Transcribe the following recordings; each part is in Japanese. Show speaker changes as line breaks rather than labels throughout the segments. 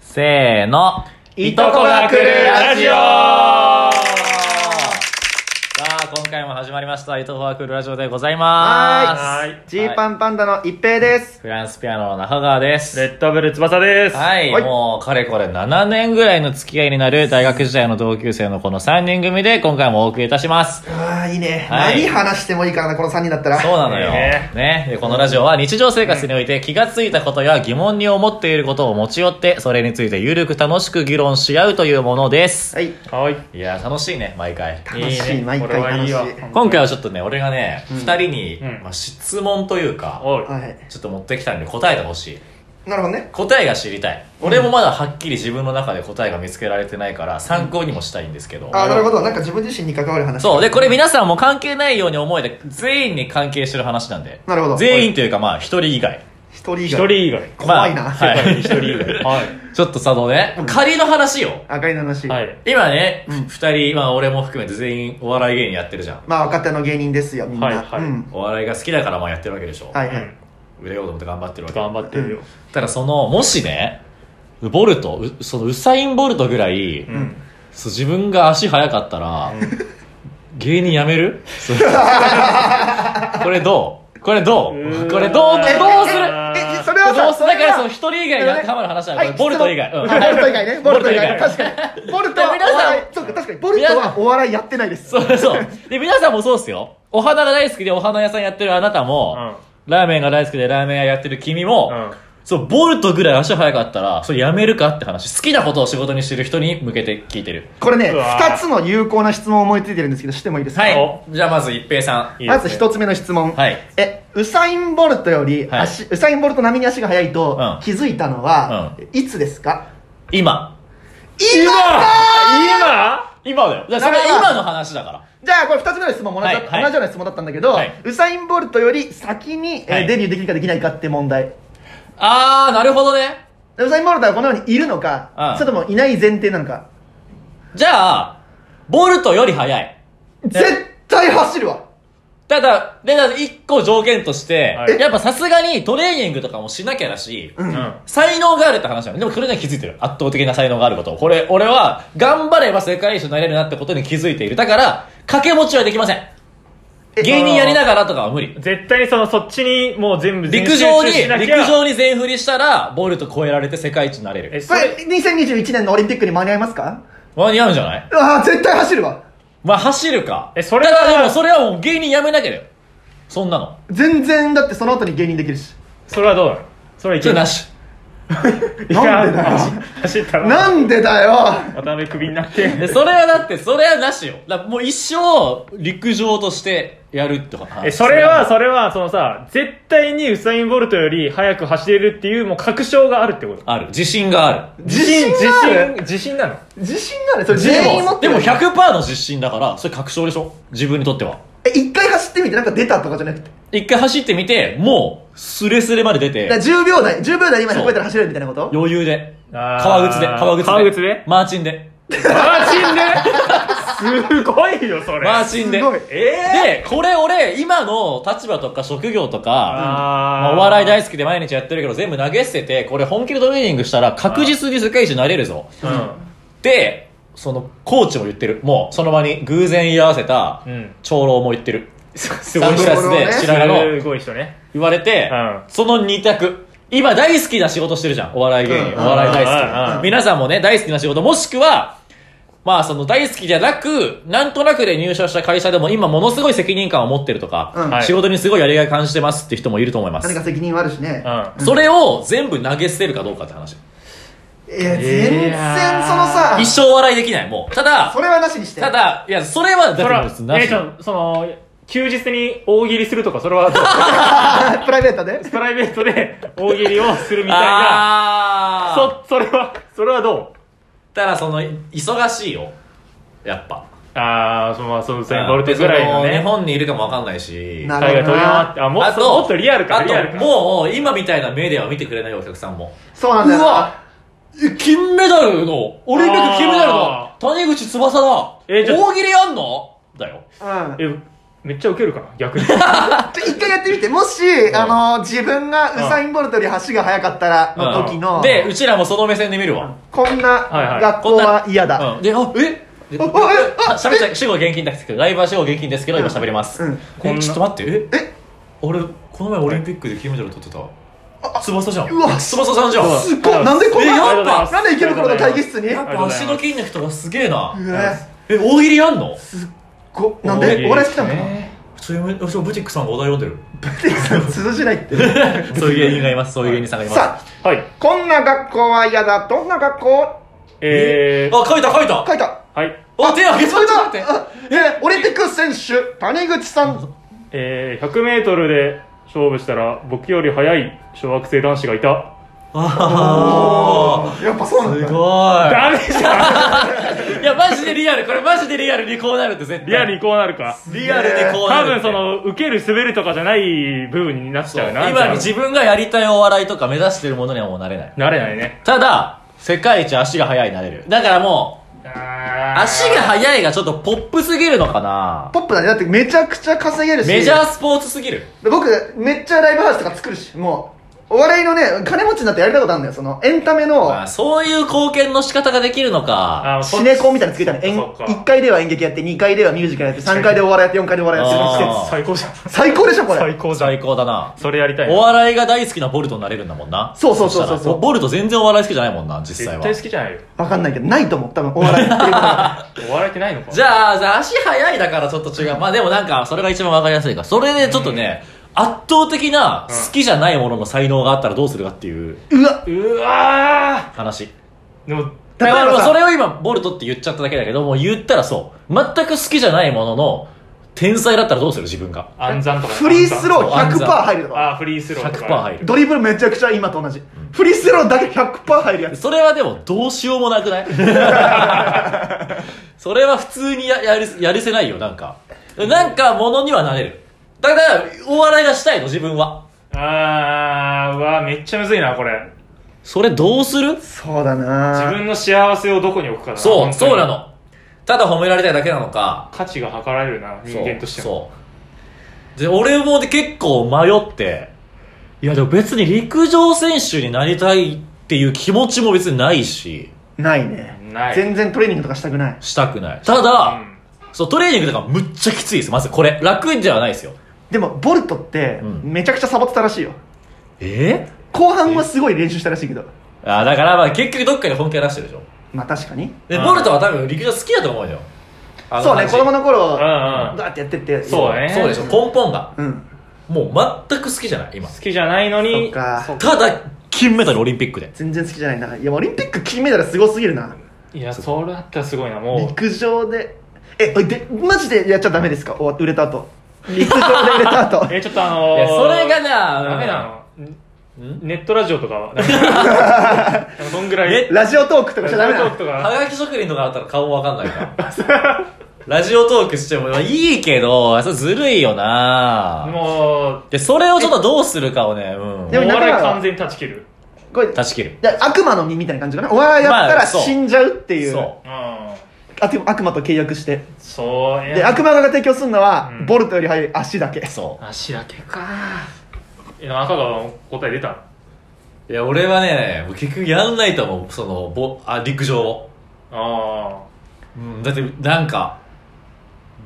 せーの。
いとこが来るラジオ
さあ、今回も始まりました、いとこが来るラジオでございます。
はーい
ジー
ン。
パンパンダの一平です。
フランスピアノの中川です。
レッドブル翼です。
はい、
はい
もう、かれこれ7年ぐらいの付き合いになる大学時代の同級生のこの3人組で今回もお送りいたします。
ああ、いいね。
はい
何話してもいいからな、この3人だったら。
そうなのよ。
ね
ね。で、このラジオは日常生活において気がついたことや疑問に思っていることを持ち寄って、それについてゆるく楽しく議論し合うというものです。
はい。
はい。
いやー、楽しいね、毎回。
楽しい
ね
毎回
これはいいわ
楽しい
今回はちょっとね、俺がね、二人に、
うん
まあ、質問というか、
おい。
はい。
ちょっと持ってきたんで答えてほしい。
なるほどね。
答えが知りたい。俺もまだはっきり自分の中で答えが見つけられてないから、参考にもしたいんですけど。
ああ、なるほど。なんか自分自身に関わる話。
そう。で、これ皆さんも関係ないように思えて、全員に関係してる話なんで。
なるほど
全員というか、まあ、一人以外。
一人以
一
外。
人以外。
怖いな。
まあはい
一人 以外。はい。
ちょっとさ、あのね、仮の話よ。
赤いの話。
はい。
今ね、二人、まあ俺も含めて全員お笑い芸人やってるじゃん。
まあ、若手の芸人ですよ、みんな。
はいはい
うん。
お笑いが好きだからまあやってるわけでしょ。
は
う
いはい。
ん。
売れようと思って頑張ってるわけ。
頑張ってるよ。
ただその、もしね、ボルト、うそのウサイン・ボルトぐらい、
うん。
そう自分が足速かったら、芸人辞めるそうこれどうこれど
うー
うんこれどうどう
え
する
あ
え
ー
ええ、それはさ
どうするだからその一人以外
なる
が
ほどね
カマの話なの、
はい
これボルト以外。
質問
うん
あボルト以外ね。ボルト以外。
ボルト以
確かに。ボルトはお
で皆さん
笑い。そうか、確かに。ボルトはお笑いやってないです。
そうそう。で、皆さんもそうっすよ。お花が大好きでお花屋さんやってるあなたも、ラーメンが大好きでラーメン屋やってる君も、
うん。
そう、ボルトぐらい足速かったら、それやめるかって話。好きなことを仕事にしてる人に向けて聞いてる。
これね、
うわ
二つの有効な質問を思いついてるんですけど、してもいいですか
は
お
い。じゃあまず一平さん。
いいですね
まず一つ目の質問。
はい
え、ウサイン・ボルトより
はい
足、ウサイン・ボルト並みに足が速いと
うん
気づいたのは、
う
いつですか
今。
今か
今
今だよ。だからそれは今の話だから。
じゃあ、これ二つ目の質問も同じ,、
はいはい
同じような質問だったんだけど、
はい
ウサイン・ボルトより先に、えー
はい
デビューできるかできないかって問題。
あー、なるほどね。
ウサイン・ボルトはこのようにいるのか、
うん
それともいない前提なのか。
じゃあ、ボルトより速い。
絶対走るわ
ただ、で、だ一個条件として、
はい
やっぱさすがにトレーニングとかもしなきゃだし、
うん。
うん。
才能があるって話なの。でもこれには気づいてる。圧倒的な才能があること。これ、俺は、頑張れば世界一になれるなってことに気づいている。だから、掛け持ちはできません。
え
芸人やりながらとかは無理。
絶対にその、そっちにもう全部全
陸上に、
集中しなきゃ
陸上に全振りしたら、ボルト超えられて世界一になれ
え、
る。
こ
そ
れ、
れ、
2021年のオリンピックに間に合いますか
間に合うんじゃない
ああ、絶対走るわ
まあ、走るか。
えそれは
ただでも、それはもう芸人やめなきゃだよ。そんなの。
全然、だってその後に芸人できるし。
それはどうなのそれはい
じ
け
ゃあ
な。
ないし。
い
なん
や
でだよ
走走ったら。
なんでだよ
渡辺クビになって。
でそれはだって、それはなしよ。だもう一生、陸上としてやるって話。
え、それは、、それは、そのさ、絶対にウサイン・ボルトより速く走れるっていう、もう確証があるってこと。
ある。自信がある。
自信がある
自信、自信なの
自信があるそれ全員
で
持
も、
って
で
る
も100%の自信だから、それ確証でしょ自分にとっては。
え一回走ってみてなんか出たとかじゃなくて
一回走ってみて、もう、スレスレまで出
だ
て、
から10秒台10秒台今
そう
100メートル走れるみたいなこと
余裕で。
あー
革靴で、革靴で。
革靴で
マーチンで。
マーチンねすごいよ、それ。
マーチンで。
すごい
で、これ俺、今の立場とか職業とか、ま
あ
あ
ー
お笑い大好きで毎日やってるけど全部投げ捨てて、これ本気でトレーニングしたら確実に世界一になれるぞ。で、その、コーチも言ってる。もう、その場に偶然居合わせた
う、ん。
長老も言ってる。
す
サングラスで白髪の
すごい人ね。
言われて
うん、
その二択。今大好きな仕事してるじゃん。お笑い芸人。
うん
お笑い大
うん
好
うん
き。皆さんもね、大好きな仕事、もしくは、まあその大好きじゃなく、なんとなくで入社した会社でも今ものすごい責任感を持ってると
うん
か
は、い
仕事にすごいやりがい感じてますって人もいると思いま
何
す。
か責任はあるしね
うん。
それを全部投げ捨てるかどうかって話。
いや全
い
然
やー
そのさ
一生笑いできない、もう。ただ
そ、れはなしにして
ただ、いや、それは、
それ
だって別に
は、
な
え
し
ー、ちょその、休日に大喜利するとか、それはど う、
プライベートで
プライベートで大喜利をするみたいな。
あー
そ、それは、それはどう
たらその忙しいよやっぱ
ああ、その、その、ウサイン・ボルトぐらいの
そ日
ね。
本にいるかもわかんないし
な
海外飛び回って、あ、もっ
あ
と、もっとリアルか、
あ
リアル
と
か。
もう今みたいな目では見てくれないよお客さんも
そうなんだよ
うわえ金メダルのオリンピック金メダルの
あ
谷口翼だ
えちょ
大喜利あんのだよ
うん
え、めっちゃウケるかな逆に
ちょ一回やってみてもし、あの自分がウサイン・ボルトより足が速かったらの時の、
でうちらもその目線で見るわ、
こん
いは
ない学校は嫌だ、
うん、であえで
おおえ
あ喋っちゃい主語現金ですけどライブは主語現金ですけど今喋れます、
うん
こん
え
な
ちょっと待ってえ
え
俺この前オリンピックで金メダル取ってた翼じゃん
うわ
翼さんじゃん
そう
すっごいなんでこん
えやっぱ
ななんで池袋の会議室に
やっ
ありがと
ぱ
うござい
足
ます
の筋肉とかすげえな
うわ
え大喜利やんの
こなん
大
で俺好きなのかな
それもそれブティックさんがお題読んでる
通じないって
そういう芸人がいますそういう芸人さんがいます
さあ
はい
こんな学校は嫌だどんな学校
えー、
あ書いた書いた
書いた
はい
あ手挙げ
そ
た
れ
ちょっと待って
だえオリンピック選手谷口さん
えー、100m で勝負したら僕より速い小学生男子がいた
あ
やっぱそう
あ
な
す
んだ
ご
ダメじ ゃん
いいやマジでリアルこれマジでリアルにこうなるって絶対
リアルにこうなるか
リアルにこうな
多
るって
分その受ける滑るとかじゃない部分になっちゃうな
今に
じゃ
自分がやりたいお笑いとか目指してるものにはもうなれない
あなれないね
ただ世界一足が速いなれるだからもう足が速いがちょっとポップすぎるのかな
ポップだねだってめちゃくちゃ稼げるし
メジャースポーツすぎる
僕めっちゃライブハウスとか作るしもうお笑いのね金持ちになってやりたいことあるんだよそのエンタメの
あそういう貢献の仕方ができるのか
あー
シネコンみたいなの作りたいね演
そっか
1回では演劇やって2回ではミュージカルやって3回でお笑いやって4回でお笑いやってる
あー
施設
最高じゃん
最高でしょこれ
最高じゃん
最高だな
それやりたいな
お笑いが大好きなボルトになれるんだもんな
そうそうそうそう
したらボボルト全然お笑い好きじゃないもんな実際
絶
は
対好きじゃないよ
わかんないけどないと思う多分お笑いっていうことが
お笑いってないのか
じゃあじゃあ足速いだからちょっと違うまあでもなんかそれが一番わかりやすいからそれでちょっとね、圧倒的な好きじゃないものの才能があったらどうするかっていう
うわ
うわ
話
ーでも
例えばさ
だからそれを今ボルトって言っちゃっただけだけどもう言ったらそう全く好きじゃないものの天才だったらどうする自分が
暗算とか
フリースロー100%入るとか
ああフリースローと
100%
か
入る
ドリブルめちゃくちゃ今と同じフリースローだけ100%入るやつ
それはでもどうしようもなくない それは普通にややるやるせないよなんかなんかものにはなれるだからお笑いがしたいの自分は
あーうわーめっちゃむずいなこれ
それどうする
そうだ
自
な
分の幸せをどこに置くかだな
そ
本
う
当に
そうなのただ褒められたいだけなのか
価値が測られるな人間としても
そうそうで俺もで結構迷っていやでも別に陸上選手になりたいっていう気持ちも別にないし
ないね
ない
全然トレーニングとかしたくない
したくないただ、
うん
そうトレーニングとかむっちゃきついですまずこれ楽じゃないですよ
でもボルトって
うん
めちゃくちゃサボってたらしいよ
え
後半はすごい練習したらしいけど
あだからまあ結局どっかで本気は出してるでしょ
まあ確かに
で
うん
ボルトは多分陸上好きだと思うよあの
そうね
感じ
子供の頃
うんうん
だってやってって
そうね
そうでしょ根本が
うん
もう全く好きじゃない今
好きじゃないの
そ
に
っか
そった
だ金メダルオリンピックで
全然好きじゃないないやオリンピック金メダルすごすぎるない
やそれだったらすごいなも
陸上でえでマジでやっちゃダメですか終わ売れた後陸上で売れた後
う えちょっとあの
い
ー、
やそれがな
ダメ
うん
なの
ん
ネットラジオとかはなんかそんぐらい
え
ラジオトークとかしちゃダメ
ラジ
な
オ
の
と
は
か
がき職人とかだったら顔もわかんない から。ラジオトークしてもいいけど、それずるいよな
も
で、それをちょっとどうするかをね、うん
う
で。も
お
中
笑い
川は
完全に断ち切る
これ
断ち切る。
で悪魔の実みたいな感じかなお笑いやった
まあ
ら
そう
死んじゃうっていう,、
そ
うん
悪悪魔と契約して
そうい
で
や
悪魔が提供するのは、
うん
ボルトより速い足だけ
う。そ
足だけかいや中川の答え出た
う。いや、俺はね、もう結局やんないと思う。その、ぼ、あ、陸上を。
あ
うん、だって、なんか、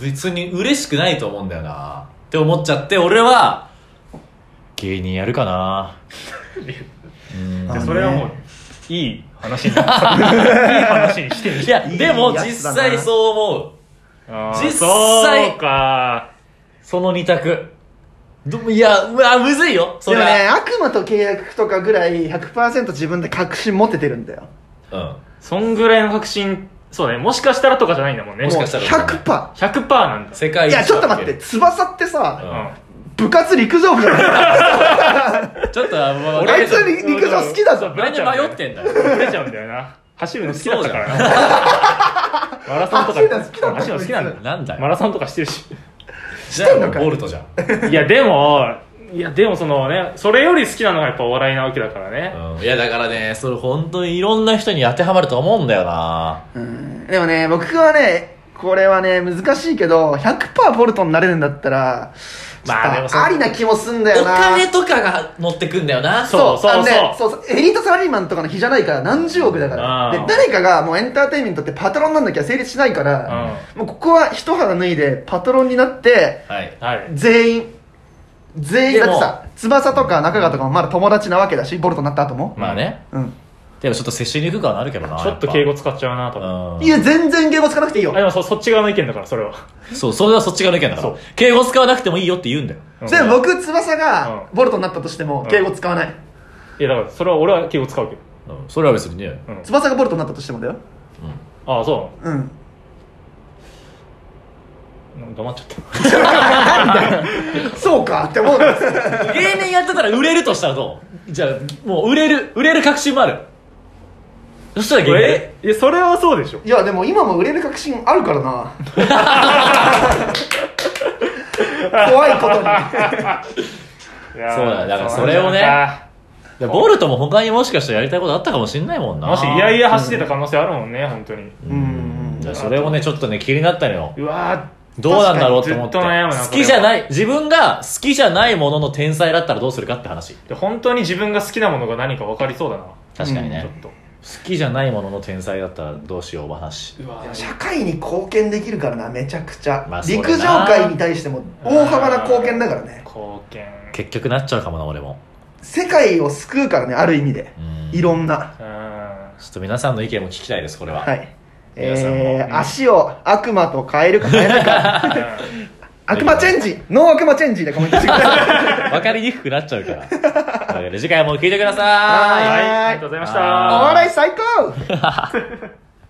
別に嬉しくないと思うんだよなって思っちゃって、俺は、芸人やるかなうん
あ
あのね
それはもういい話にいい話にしてる
いや、
いい
でも
やつだ
実
な
際そう思う。
あー
実際
そうか
その二択。どいや、うわ、むずいよ。そ
で
れ
も
は
ね悪魔と契約とかぐらい100%自分で確信持ててるんだよ
うん。
そんぐらいの確信そうねもしかしたらとかじゃないんだもんね
もしかしたら
もう100%
100%なんだ
世界
い
一
やちょっと待って
だ
翼ってさ、
う
部活陸上部じゃない
けちょっと、あもう
あいつ
ん
陸陸上好きだ
そう
ぞ
ぶ
な
れ
ん
ち
で
ゃうんだよ
迷ってんだよ。
ぶれちゃうんだよな走るの好きだったからなマラソンとか
走るの好きだった
走るの好きなんだよ
なんだ
マ
よ。
ラソンとかしてるし
じゃあも
んの
う
か
ボルトじゃん。
いやでもいやでもそのねそれより好きなのがやっぱお笑いなわけだからね
うんいや、だからね、それ本当にいろんな人に当てはまると思うんだよな
うんでもね僕はねこれはね、難しいけど、100%ボルトになれるんだったら、
まあ
ちょ
で
っ
も
と
そう
ありな気もすんだよ
お
な。
金とかが乗ってくんだよな。
そうそう
あのね
そ
そうそうエリートサラリーマンとかの比じゃないから何十億だか
う
ら
ん
で誰かがもうエンターテインメントってパトロンになんなきゃ成立しないから、もうここは一肌脱いでパトロンになって
はい。
はい
全員全員
で
だっ
も
てさ翼とか中川とかもまだ友達なわけだしボルトになった後も、
まあね。
うん、
でもちょっと接しにくくはなるけどな。
ちょっと敬語使っちゃうなと思
語。うん
いや全然敬語つかなくていいよ
あでもそそっち側の意見だからそれは
そう、それはそっち側の意見だか
そ
ら
う。
敬語使わなくてもいいよって言うんだよ。
でも僕翼が
う
ボルトになったとしても
ん
敬語使わない
いやだからそれは俺は敬語使うけど
うんそれは別にね。
うん
翼がボルトになったとしてもだよ
ああそ
うん
うなの黙っちゃった
そうかって思うんです
芸人やってたら売れるとしたらどうじゃあ、もう売れる、売れる確信もある。そしたら芸人やる
えいやそれはそうでしょ
いやでも今も売れる確信あるか らな怖いことに
いやー
そうだだからそれをね
そうなんだ
でボルトも他にもしかしたらやりたいことあったかもしんないもんな。
もしいやいや走ってた可能性あるもんね本当に
うん
じゃあそれもね、ちょっとね、気になったのよ。
うわ
どうなんだろうって思って。
確かにずっと悩むなこれは
好きじゃない、自分が好きじゃないものの天才だったらどうするかって話。
ーで本当に自分が好きなものが何か分かりそうだな
確かに
ちょ
ね
っ。と
好きじゃないものの天才だったらどうしようお話。
うわ
いや社会に貢献できるからなめちゃくちゃ、
まあそうだな
陸上界に対しても大幅な貢献だからね
貢 献
結局なっちゃうかもな、俺も。
世界を救うからねある意味で
うん
いろんな
うん
ちょっと皆さんの意見も聞きたいです、これは。
はい
皆さんも
え
う
ー、足を悪魔と変えるか変え ないか悪魔チェンジノー悪魔チェンジでコメントしてくださ い
わかりにくくなっちゃうから。というわけで次回も聞いてください。
はい
はーい
ありがとうございました
はーい
お笑い最高